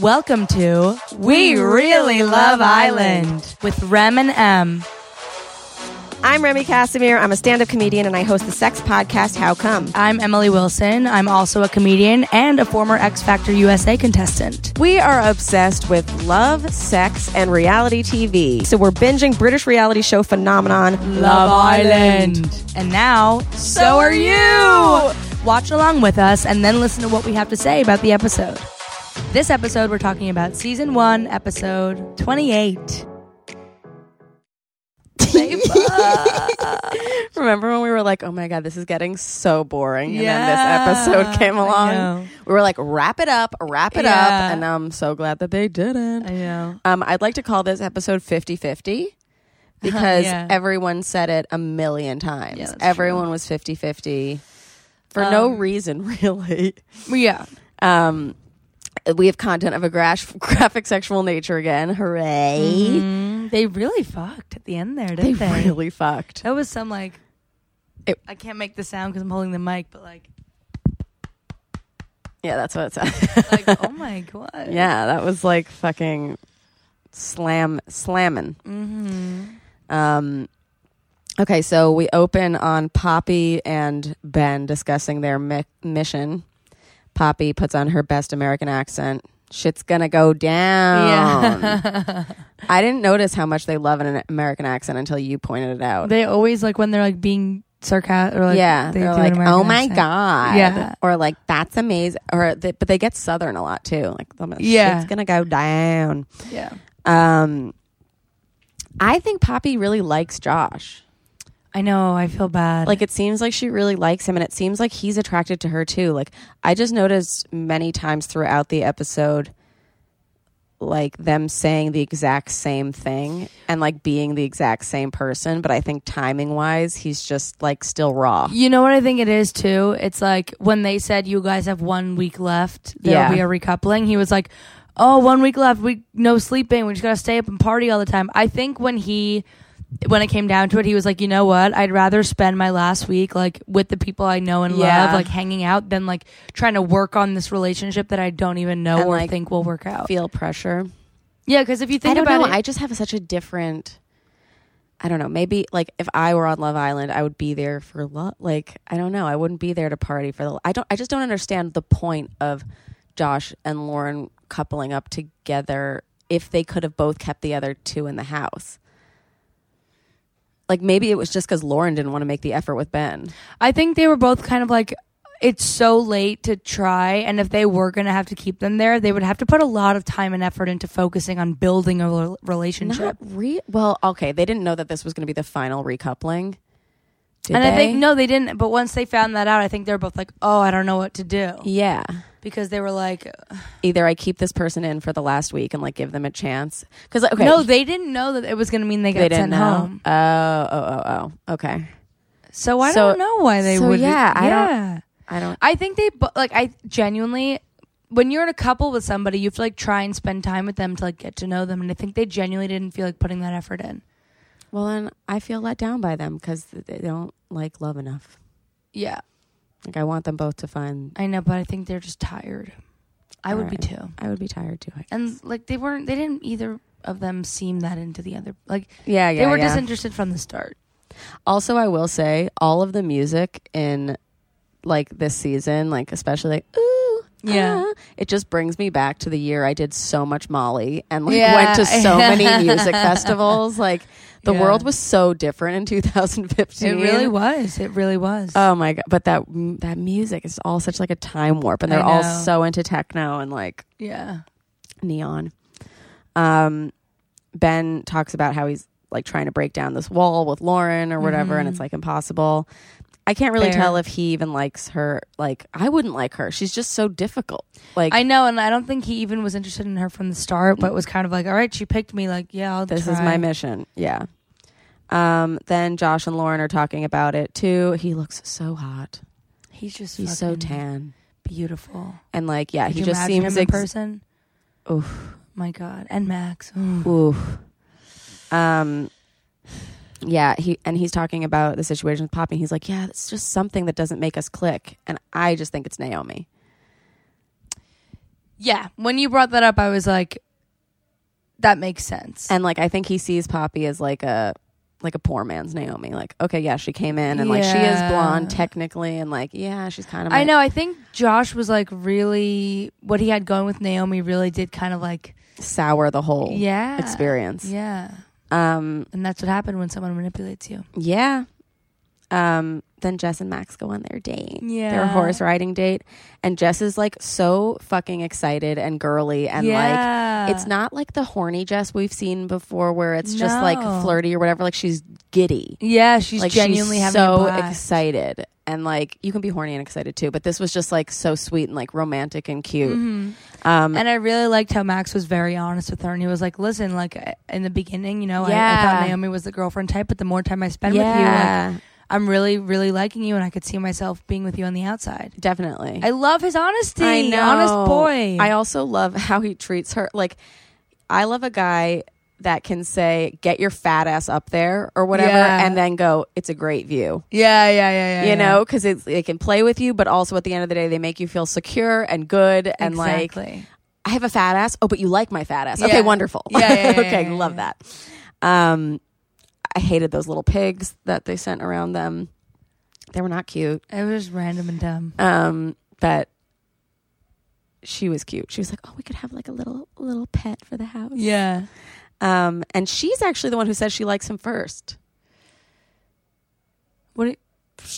Welcome to We Really Love Island with Rem and M. I'm Remy Casimir. I'm a stand up comedian and I host the sex podcast, How Come? I'm Emily Wilson. I'm also a comedian and a former X Factor USA contestant. We are obsessed with love, sex, and reality TV. So we're binging British reality show phenomenon, And now, so, are you! Watch along with us and then listen to what we have to say about the episode. This episode, we're talking about season one, episode 28. Remember when we were like, oh my God, this is getting so boring? Yeah, and then this episode I came know. along. We were like, wrap it up, wrap it up. Yeah. And I'm so glad that they didn't. I know. Um, I'd like to call this episode 50 50 because Yeah. everyone said it a million times. Yeah, that's Um, everyone was 50 50 for no reason, really. Yeah. Um, we have content of a graph- graphic sexual nature again. Hooray. They really fucked at the end there, didn't They they? really fucked. That was some like. It- I can't make the sound because I'm holding the mic, but like, Yeah, that's what it said. like oh my god. Yeah, that was like fucking slam slamming. Mm-hmm. Um, okay, so we open on Poppy and Ben discussing their mi- mission. Poppy puts on her best American accent. Shit's gonna go down. I didn't notice how much they love an American accent until you pointed it out. They always like when they're like being sarcastic or like yeah, they they do are an like, American "Oh my accent." god," Yeah. or like, "That's amazing," or they, but they get southern a lot too. Like, they'll be like, Yeah. "Shit's gonna go down." Yeah, Um, I think Poppy really likes Josh. I know. I feel bad. Like it seems like she really likes him, and it seems like he's attracted to her too. Like I just noticed many times throughout the episode, like them saying the exact same thing and like being the exact same person. But I think timing wise, he's just like still raw. you know what I think it is too. It's like when they said you guys have one week left, there'll Yeah. be a recoupling. He was like, "Oh, one week left. We no sleeping. We just gotta stay up and party all the time." I think when he. When it came down to it, he was like, "You know what? I'd rather spend my last week like with the people I know and Yeah. love, like hanging out, than like trying to work on this relationship that I don't even know And, or like, think will work out." Feel pressure. yeah, because if you think I don't about know. it, I just have such a different. I don't know. Maybe like if I were on Love Island, I would be there for love. Like I don't know. I wouldn't be there to party for the. I don't. I just don't understand the point of Josh and Lauren coupling up together if they could have both kept the other two in the house. Like maybe it was just because Lauren didn't want to make the effort with Ben. I think they were both kind of like, it's so late to try. And if they were going to have to keep them there, they would have to put a lot of time and effort into focusing on building a rel- relationship. Not re. Well, okay. They didn't know that this was going to be the final recoupling. Did and I they? think, no, they didn't. But once they found that out, I think they were both like, oh, I don't know what to do. Yeah. Because they were like, either I keep this person in for the last week and like give them a chance because okay, no, they didn't know that it was going to mean they got they sent didn't know. home. Oh, oh, oh, oh. Okay, So I So- don't know why they so would. yeah, I don't- yeah. I don't. I think they bo- like I genuinely when you're in a couple with somebody, you have to like try and spend time with them to like get to know them, and I think they genuinely didn't feel like putting that effort in. Well, then I feel let down by them because they don't like love enough. Yeah, Like I want them both to find. I know, but I think they're just tired. I would be Alright. too, I would be tired too. I guess. and like they weren't. They didn't either of them seem that into the other. Like yeah, yeah. they were yeah. disinterested from the start. Also, I will say all of the music in like this season, like especially like, ooh. Yeah. ah, it just brings me back to the year I did so much Molly and like Yeah. went to so many music festivals. Like the Yeah. world was so different in 2015. It really was. It really was. Oh my god! But that that music is all such like a time warp, and they're I all know. so into techno and like yeah. neon. Um, ben talks about how he's like trying to break down this wall with Lauren or whatever, and it's like impossible. I can't really Mm-hmm. Fair. tell if he even likes her. Like, I wouldn't like her. She's just so difficult. Like, I know, and I don't think he even was interested in her from the start, but was kind of like, all right, she picked me. Like, yeah, I'll this is try." my mission. Yeah. Um, then Josh and Lauren are talking about it too. He looks so hot. He's just He's so fucking tan. beautiful. And like, yeah, Could he you just imagine seems him in ex- person. Oof. My God, and Max. Hmm. Ooh. Oof. Um. Yeah, he and he's talking about the situation with Poppy. He's like, yeah, it's just something that doesn't make us click, and I just think it's Naomi. Yeah, when you brought that up, I was like, that makes sense. And like I think he sees Poppy as like a like a poor man's Naomi. Like, okay, yeah, she came in and like she is Yeah. blonde technically and like yeah, she's kind of I know. I think Josh was like really what he had going with Naomi really did kind of like sour the whole yeah experience. Yeah, Um and that's what happened when someone manipulates you. yeah. Um then Jess and Max go on their date. Yeah, Their horse riding date and Jess is like so fucking excited and girly and like yeah. It's not like the horny Jess we've seen before, where it's just like No. flirty or whatever. Like she's giddy, Yeah, she's like genuinely she's having so a blast. excited, and like you can be horny and excited too. But this was just like so sweet and like romantic and cute. Mhm. Um, And I really liked how Max was very honest with her, and he was like, "Listen, like I- in the beginning, you know, I, I Yeah. thought Naomi was the girlfriend type, but the more time I spend with you, like, yeah, I'm really, really liking you, and I could see myself being with you on the outside." definitely. I love his honesty. I know. honest boy. I also love how he treats her. Like, I love a guy that can say, "Get your fat ass up there" or whatever, Yeah. and then go, "It's a great view." yeah, yeah, yeah, yeah. you know, 'cause know because they can play with you but also at the end of the day they make you feel secure and good and like exactly. i have a fat ass oh but you like my fat ass Yeah. okay wonderful Yeah, yeah, yeah, okay yeah, yeah, love that um i hated those little pigs that they sent around them they were not cute it was just random and dumb. um but she was cute she was like oh we could have like a little little pet for the house Yeah, um and she's actually the one who says she likes him first what? do you-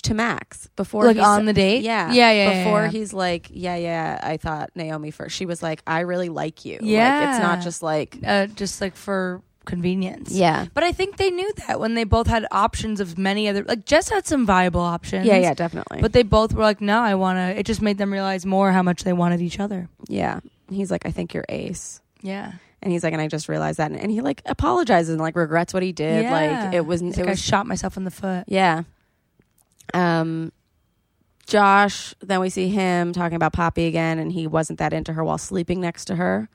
to max before Like he sa- on the date? Yeah. yeah, yeah. yeah, Before yeah. he's like, yeah, yeah, I thought Naomi first. She was like, I really like you. Like, Yeah. it's not just like, uh, just like for convenience. yeah. But I think they knew that when they both had options of many other, like Jess had some viable options. Yeah, yeah, definitely. But But they both were like, no, I want to. It just made them realize more how much they wanted each other. yeah. He's like, I think you're ace. Yeah. And he's like, and I just realized that. And, and he like apologizes and like regrets what he did. Yeah. Like, it was, It's it like I was, shot myself in the foot. yeah. Um, Josh, then we see him talking about Poppy again, and he wasn't that into her while sleeping next to her.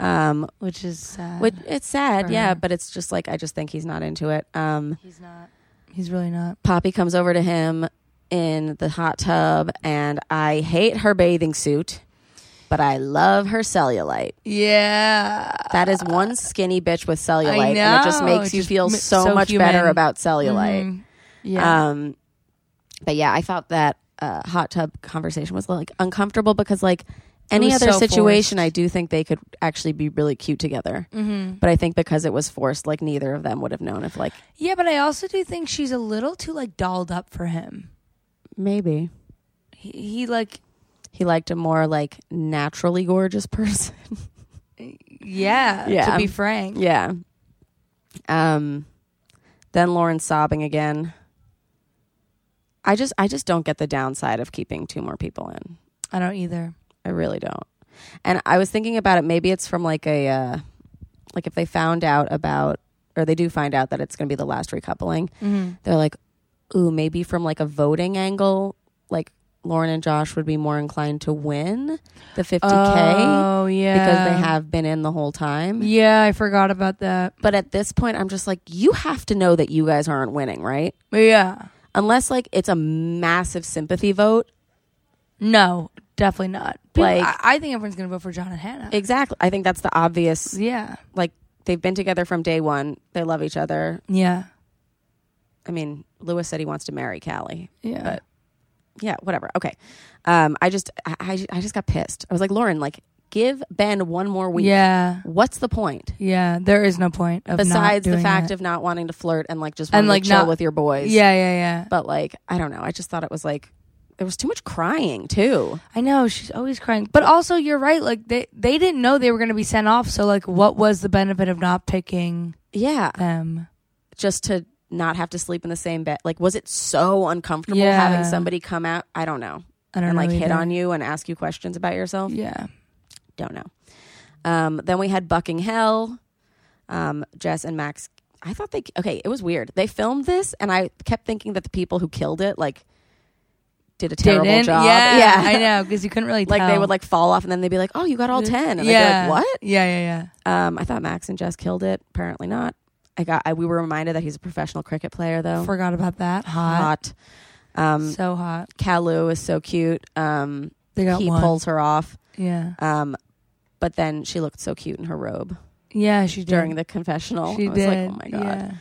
Um, Which is sad. which it's sad, Uh, For yeah, her. but it's just like, I just think he's not into it. Um, he's not. He's really not. Poppy comes over to him in the hot tub, and I hate her bathing suit, but I love her cellulite. Yeah. That is one skinny bitch with cellulite, Uh, I and it just know. makes It you just feel ma- so, so much human. better about cellulite. Mhm. Yeah. Um, but yeah, I felt that uh, hot tub conversation was like uncomfortable because like any was other so situation, forced. I do think they could actually be really cute together. mm-hmm. But I think because it was forced, like neither of them would have known if like Yeah, but I also do think she's a little too like dolled up for him. maybe He, he like he liked a more like naturally gorgeous person. yeah, Yeah. to be frank. Yeah. Um then Lauren's sobbing again. I just I just don't get the downside of keeping two more people in. I don't either. I really don't. And I was thinking about it maybe it's from like a uh like if they found out about or they do find out that it's going to be the last recoupling, Mm-hmm. they're like ooh, maybe from like a voting angle, like Lauren and Josh would be more inclined to win the 50k Oh yeah. because they have been in the whole time. Yeah, I forgot about that. But at this point, I'm just like, you have to know that you guys aren't winning, right? Yeah. Unless like it's a massive sympathy vote. No, definitely not. People- Like- I, I think everyone's gonna vote for John and Hannah. Exactly. I think that's the obvious. yeah. They've been together from day one. They love each other. Yeah. I mean, Lewis said he wants to marry Callie. Yeah. But- Yeah, whatever. Okay. Um, I just, I, I, I just got pissed. I was like, Lauren, like, give Ben one more week. Yeah. What's the point? Yeah. There is no point of Besides not the doing fact it. of not wanting to flirt and like just And, wanting like, to chill not- with your boys. Yeah, yeah, yeah. But like, I don't know. I just thought it was like there was too much crying too. I know she's always crying, but also you're right. Like they they didn't know they were gonna be sent off. So like, what was the benefit of not picking Yeah. them? just to not have to sleep in the same bed like was it so uncomfortable Yeah. having somebody come out i don't know I don't and know. like hit either. on you and ask you questions about yourself Yeah. don't know um, then we had bucking hell um, jess and max i thought they okay it was weird they filmed this and i kept thinking that the people who killed it like did a terrible didn't? job Yeah, I know because you couldn't really like tell. they would like fall off and then they'd be like oh you got all 10 and yeah. i'd be like what Yeah, yeah, yeah. um, i thought max and jess killed it apparently not i got I, we were reminded that he's a professional cricket player though Forgot about that. Hot. hot. Um, So hot. Kalu is so cute. Um, They got he one. pulls her off. Yeah. Um, But then she looked so cute in her robe Yeah, she did. during the confessional. she I was did. like, oh my god. Yeah.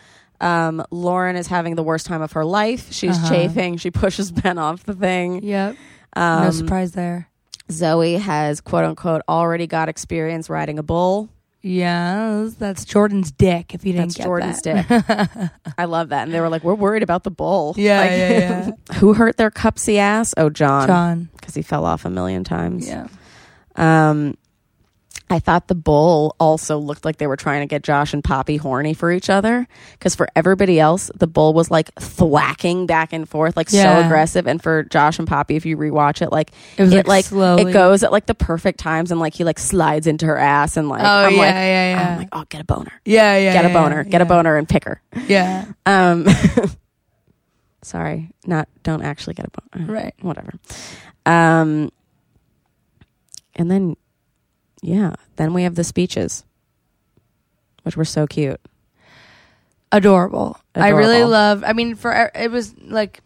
Um, Lauren is having the worst time of her life. She's Uh-huh. chafing. She pushes Ben off the thing. Yep. Um, no surprise there. Zoe has quote unquote already got experience riding a bull. Yes, that's Jordan's dick. If you didn't That's get Jordan's that. dick. I love that. And they were like, we're worried about the bull. Yeah, Like, yeah, who hurt their cupsy ass? Oh, John. John. Because he fell off a million times. Yeah. Um, I thought the bull also looked like they were trying to get Josh and Poppy horny for each other. Because for everybody else, the bull was like thwacking back and forth, like Yeah. so aggressive. And for Josh and Poppy, if you rewatch it, like It was it like, like slowly. it goes at like the perfect times, and like he like slides into her ass, and like oh I'm yeah, like, yeah, yeah, I'm like, oh, get a boner, yeah, yeah. get a yeah, boner, get a yeah. boner, and pick her. Yeah. Um, sorry, not don't actually get a boner. Right. Whatever. Um, and then, yeah, then we have the speeches, which were so cute. Adorable. I really Adorable. love. I mean, for it was like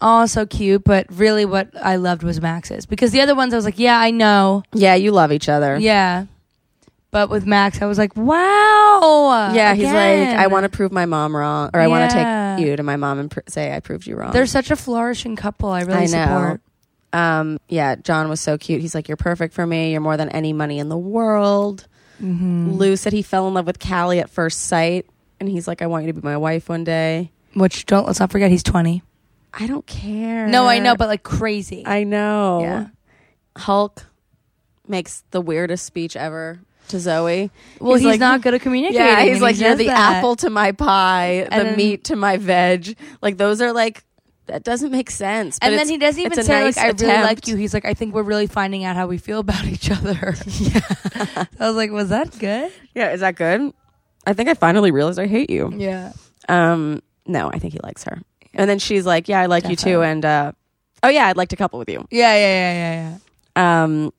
all so cute, but really what I loved was Max's because the other ones I was like, yeah, I know, Yeah, you love each other. yeah. But with Max, I was like, wow. Yeah, he's again. like, I want to prove my mom wrong, or I want Yeah. to take you to my mom and pr- say I proved you wrong. They're such a flourishing couple. I really I know. support. um, yeah, John was so cute. He's like, you're perfect for me. You're more than any money in the world. Mm-hmm. Lou said he fell in love with Callie at first sight, and he's like, I want you to be my wife one day. Which don't let's not forget he's twenty. I don't care. No, I know, but like crazy. I know. Yeah. Hulk makes the weirdest speech ever to Zoe. well, he's, like- not good at communicating. Yeah, and he's he like, you're says the that." apple to my pie, And the then- meat to my veg. Like those are like that doesn't make sense. but And then it's- he doesn't even it's a say nice like, "I really like attempt. you." He's like, "I think we're really finding out how we feel about each other." yeah, I was like, "Was that good?" yeah, is that good? I think I finally realized I hate you. Yeah, Um, no, I think he likes her. And then she's like, yeah, I like you too, Defo. and uh, oh yeah, I'd like to couple with you. yeah, yeah, yeah, Um,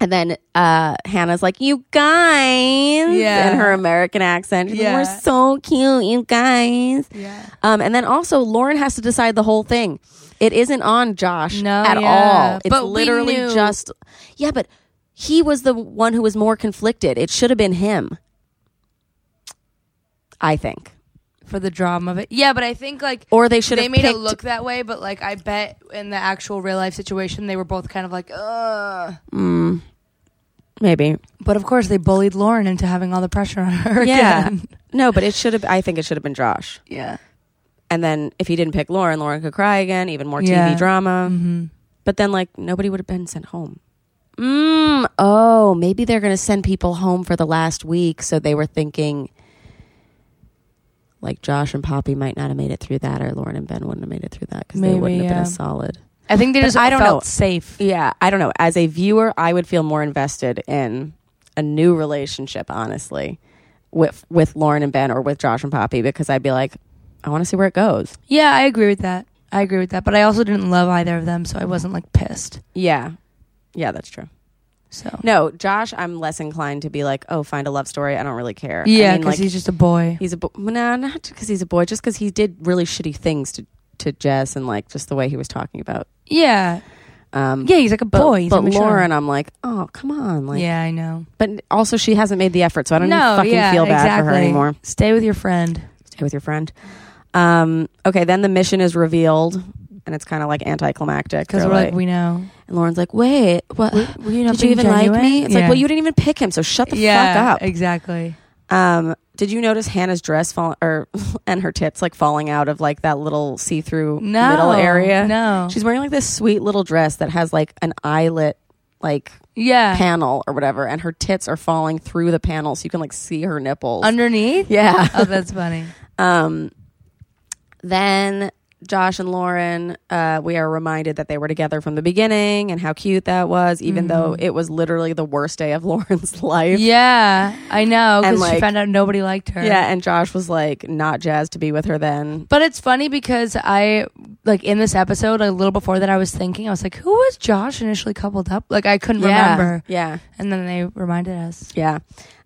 and then uh, Hannah's like, "You guys," Yeah. in her American accent. She's like, Yeah. We're so cute, you guys. yeah, yeah. Um, and then also Lauren has to decide the whole thing. It isn't on Josh No, at yeah. all. It's But we literally knew- just yeah, but he was the one who was more conflicted. It should have been him. I think, For the drama of it, yeah. But I think like or they should they have made picked. it look that way, but like I bet in the actual real life situation, they were both kind of like, "Ugh." Mm, maybe But of course, they bullied Lauren into having all the pressure on her. Yeah. again. no, but it should have. I think it should have been Josh. yeah. And then if he didn't pick Lauren, Lauren could cry again, even more TV Yeah. drama. Mm-hmm. But then, like, nobody would have been sent home. Mm, oh, maybe they're going to send people home for the last week. So they were thinking, like, Josh and Poppy might not have made it through that, or Lauren and Ben wouldn't have made it through that because they Maybe, wouldn't have been yeah. as solid. I think they But just I don't felt know. safe. Yeah, I don't know. As a viewer, I would feel more invested in a new relationship, honestly, with, with Lauren and Ben or with Josh and Poppy because I'd be like, I want to see where it goes. Yeah, I agree with that. I agree with that. But I also didn't love either of them, so I wasn't like pissed. Yeah. Yeah, that's true. So No, Josh, I'm less inclined to be like, oh, find a love story. I don't really care. yeah, I because mean, like, he's just a boy. he's a bo- no, not because he's a boy, just because he did really shitty things to to Jess and like just the way he was talking about. Yeah, Um, yeah, he's like a but, boy. He's but immature. Lauren, I'm like, oh, come on, like. yeah, I know. But also, she hasn't made the effort, so I don't No, even fucking yeah, feel bad for her exactly. anymore. Stay with your friend. Stay with your friend. Um, okay, then the mission is revealed, and it's kind of like anticlimactic Because They're we're like, we know. and Lauren's like, wait, what? We, we know Did you being even like me? genuine? It's like, Yeah. well, you didn't even pick him, so shut the yeah, fuck up. Exactly. Um, did you notice Hannah's dress fall or and her tits like falling out of like that little see through No middle area? No. She's wearing like this sweet little dress that has like an eyelet like yeah. panel or whatever, and her tits are falling through the panel so you can like see her nipples. Underneath. yeah. oh, that's funny. Um then Josh and Lauren, uh, we are reminded that they were together from the beginning and how cute that was, even though it was literally the worst day of Lauren's life. Mm-hmm. Yeah, I know. And, Because she like- found out nobody liked her. yeah, and Josh was like not jazzed to be with her then. But it's funny because I like in this episode a little before that I was thinking I was like who was Josh initially coupled up like I couldn't remember Yeah. and then they reminded us Yeah.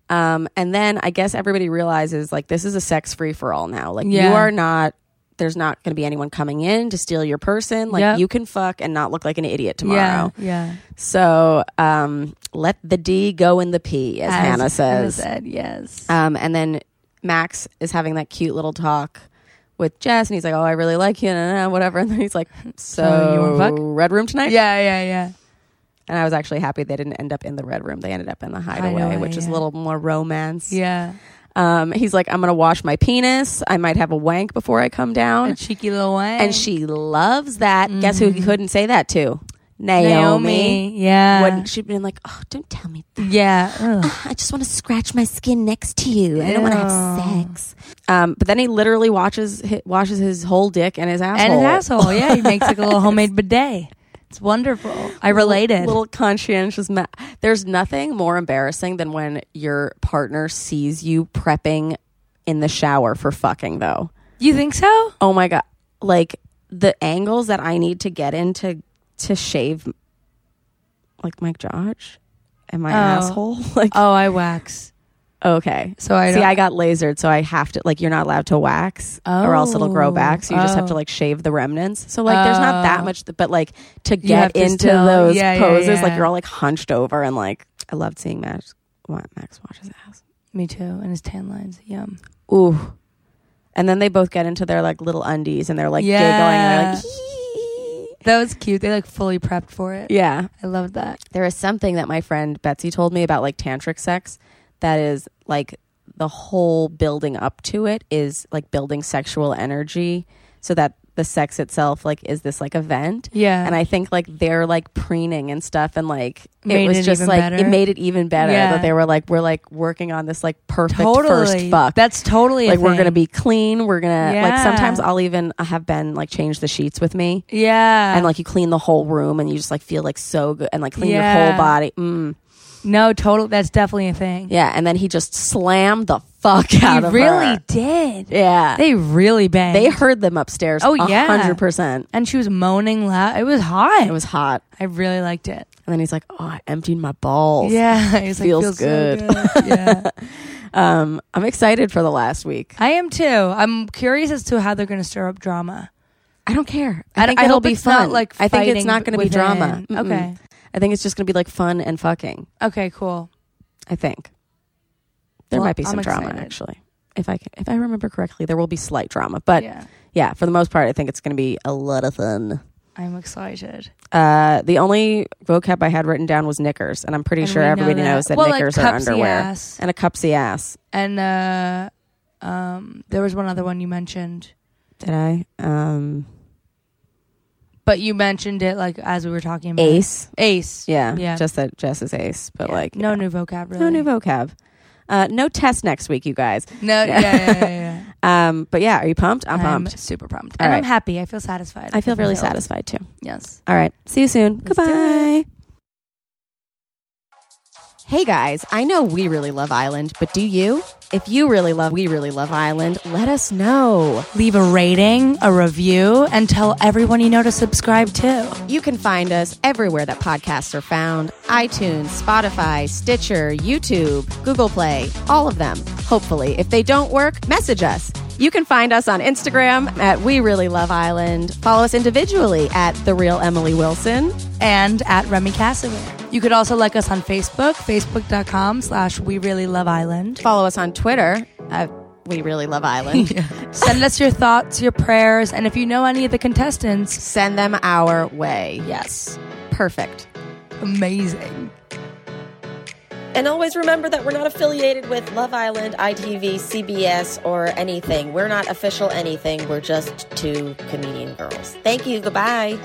Um, and then I guess everybody realizes like this is a sex free for all now. Like Yeah. you are not There's not going to be anyone coming in to steal your person. Like Yep. you can fuck and not look like an idiot tomorrow. Yeah, yeah. So um, let the D go in the P, as, Hannah says. said, yes. Um, and then Max is having that cute little talk with Jess, and he's like, "Oh, I really like you," and uh, whatever. And then he's like, "So, So you wanna fuck?" red room tonight?" yeah, yeah, yeah. And I was actually happy they didn't end up in the red room. They ended up in the hideaway, Hideaway, which is a yeah. little more romance. Yeah. Um, he's like, "I'm gonna wash my penis. I might have a wank before I come down." A cheeky little one. and she loves that. Guess who he couldn't say that to? Naomi. Mm-hmm. Naomi. Uh, Yeah. Wouldn't she'd been like, "Oh, don't tell me yeah. Ugh. I just want to scratch my skin next to you. I don't want to Ew. have sex. Um, but then he literally watches hi- washes his whole dick and his asshole. and an asshole. Yeah, he makes like a little homemade bidet. It's wonderful. I related. Little conscientious. Ma- There's nothing more embarrassing than when your partner sees you prepping in the shower for fucking. Though, you think so? oh my god, like the angles that I need to get into to shave, like Mike Josh and my Oh. asshole. Like Oh, I wax. okay, So I See, don't- I got lasered, so I have to like you're not allowed to wax, or else it'll grow back. So you just have to Oh. like shave the remnants. So like, there's not that Oh. much, but like to have get to into still- those yeah, yeah, poses, like yeah. you're all like hunched over and like I loved seeing Max. What Max watches ass. oh, Me too. And his tan lines. Yum. Ooh, and then they both get into their like little undies and they're like Yeah. giggling. And they're like, "Hee." That was cute. They like fully prepped for it. yeah. I loved that. There is something that my friend Betsy told me about like tantric sex that is like the whole building up to it is like building sexual energy so that the sex itself like is this like event. Yeah. And I think like they're like preening and stuff and like Made it was it just even like better. it made it even better Yeah. that they were like we're like working on this like perfect totally. first fuck. That's totally a like we're gonna thing. be clean. We're gonna like Yeah. sometimes I'll even have Ben like change the sheets with me Yeah. and like you clean the whole room and you just like feel like so good and like clean your Yeah. whole body. Mm. no, total. That's definitely a thing. Yeah, and then he just slammed the fuck out They of really her. did. Yeah, they, They really banged. heard them upstairs. Oh, yeah. hundred percent. and she was moaning loud. It was hot. It was hot, I really liked it. and then he's like, "Oh, I emptied my balls." Yeah. It was like, Feels feels so good. good. yeah. Um, I'm excited for the last week. I am too. I'm curious as to how they're going to stir up drama. I don't care. I I think don't- I it'll hope be it's fun. not, like, I think it's fighting not going to be within. drama. Mm-mm. Okay. I think it's just going to be like fun and fucking. Okay, cool. I think there Well, might be I'm some drama excited. actually. If I can, if I remember correctly, there will be slight drama, but yeah, yeah, for the most part, I think it's going to be a lot of fun. I'm excited. Uh, the only vocab I had written down was knickers, and I'm pretty And sure we know everybody that- knows that well, like, knickers are cupsy underwear ass. and a cupsy ass. And uh, um, there was one other one you mentioned, Did I? Um, but you mentioned it like as we were talking about ace. Ace. Yeah, yeah. Just that Jess is ace, but Yeah. like no yeah. new vocab. Really. no new vocab. Uh, no test next week, you guys. No. Yeah. yeah, yeah, yeah, yeah. Um, but yeah, are you pumped? I'm, pumped. super pumped, All and I'm right. happy. I feel satisfied. I feel really fulfilled. satisfied too. Yes. All right, see you soon. Let's do Goodbye. Hey guys, I know we really love Island, but do you? If you really love We Really Love Island, let us know. Leave a rating, a review, and tell everyone you know to subscribe too. You can find us everywhere that podcasts are found iTunes, Spotify, Stitcher, YouTube, Google Play, all of them. Hopefully, if they don't work, message us. You can find us on Instagram at We Really Love Island. Follow us individually at The Real Emily Wilson. and at Remy Casimir. You could also like us on Facebook, facebook.com slash We Really Love Island. Follow us on Twitter at We Really Love Island. Send us your thoughts, your prayers, and if you know any of the contestants, Send them our way. yes, Perfect. amazing. And always remember that we're not affiliated with Love Island, ITV, CBS, or anything. We're not official anything. We're just two comedian girls. Thank you. Goodbye.